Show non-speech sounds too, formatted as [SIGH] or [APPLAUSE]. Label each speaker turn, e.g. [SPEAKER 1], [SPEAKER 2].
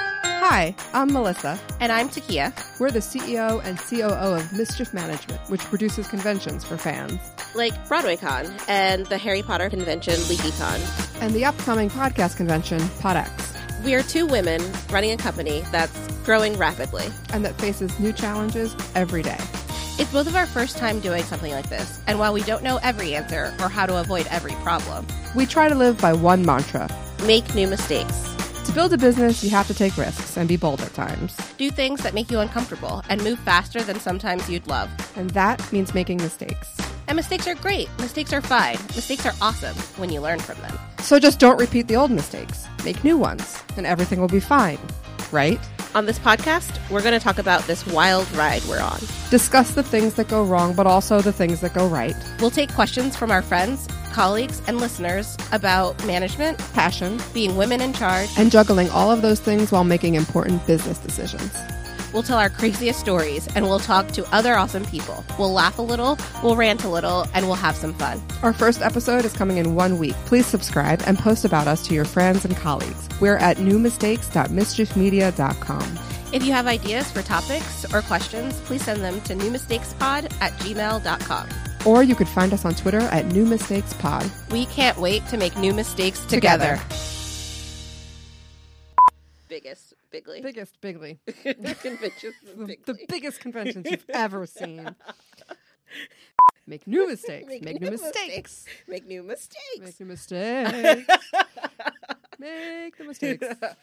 [SPEAKER 1] Hi, I'm Melissa.
[SPEAKER 2] And I'm Takia.
[SPEAKER 1] We're the CEO and COO of Mischief Management, which produces conventions for fans,
[SPEAKER 2] Like BroadwayCon and the Harry Potter convention, LeakyCon.
[SPEAKER 1] and the upcoming podcast convention, PodX,
[SPEAKER 2] We are two women running a company that's growing rapidly.
[SPEAKER 1] and that faces new challenges every day.
[SPEAKER 2] It's both of our first time doing something like this, and while we don't know every answer or how to avoid every problem,
[SPEAKER 1] We try to live by one mantra.
[SPEAKER 2] make new mistakes,
[SPEAKER 1] To build a business, you have to take risks and be bold at times.
[SPEAKER 2] do things that make you uncomfortable, and move faster than sometimes you'd love.
[SPEAKER 1] And that means making mistakes.
[SPEAKER 2] And mistakes are great. Mistakes are fine. Mistakes are awesome when you learn from them.
[SPEAKER 1] So just don't repeat the old mistakes. Make new ones, and everything will be fine. Right?
[SPEAKER 2] On this podcast, we're going to talk about this wild ride we're on.
[SPEAKER 1] Discuss the things that go wrong, but also the things that go right.
[SPEAKER 2] We'll take questions from our friends, colleagues, and listeners about management,
[SPEAKER 1] Passion,
[SPEAKER 2] being women in charge.
[SPEAKER 1] and juggling all of those things while making important business decisions.
[SPEAKER 2] We'll tell our craziest stories and we'll talk to other awesome people. We'll laugh a little, we'll rant a little, and we'll have some fun.
[SPEAKER 1] Our first episode is coming in one week. Please subscribe and post about us to your friends and colleagues. We're at newmistakes.mischiefmedia.com.
[SPEAKER 2] If you have ideas for topics or questions, please send them to newmistakespod at gmail.com.
[SPEAKER 1] Or you could find us on Twitter at newmistakespod.
[SPEAKER 2] We can't wait to make new mistakes
[SPEAKER 1] Together.
[SPEAKER 2] together. Biggest, bigly. [LAUGHS]
[SPEAKER 1] Biggest Bigly.
[SPEAKER 2] Conventions and
[SPEAKER 1] [LAUGHS] The,
[SPEAKER 2] bigly.
[SPEAKER 1] the biggest conventions [LAUGHS] you've ever seen. Make new mistakes. Make, new mistakes.
[SPEAKER 2] Make new mistakes.
[SPEAKER 1] Make new mistakes. Make the mistakes.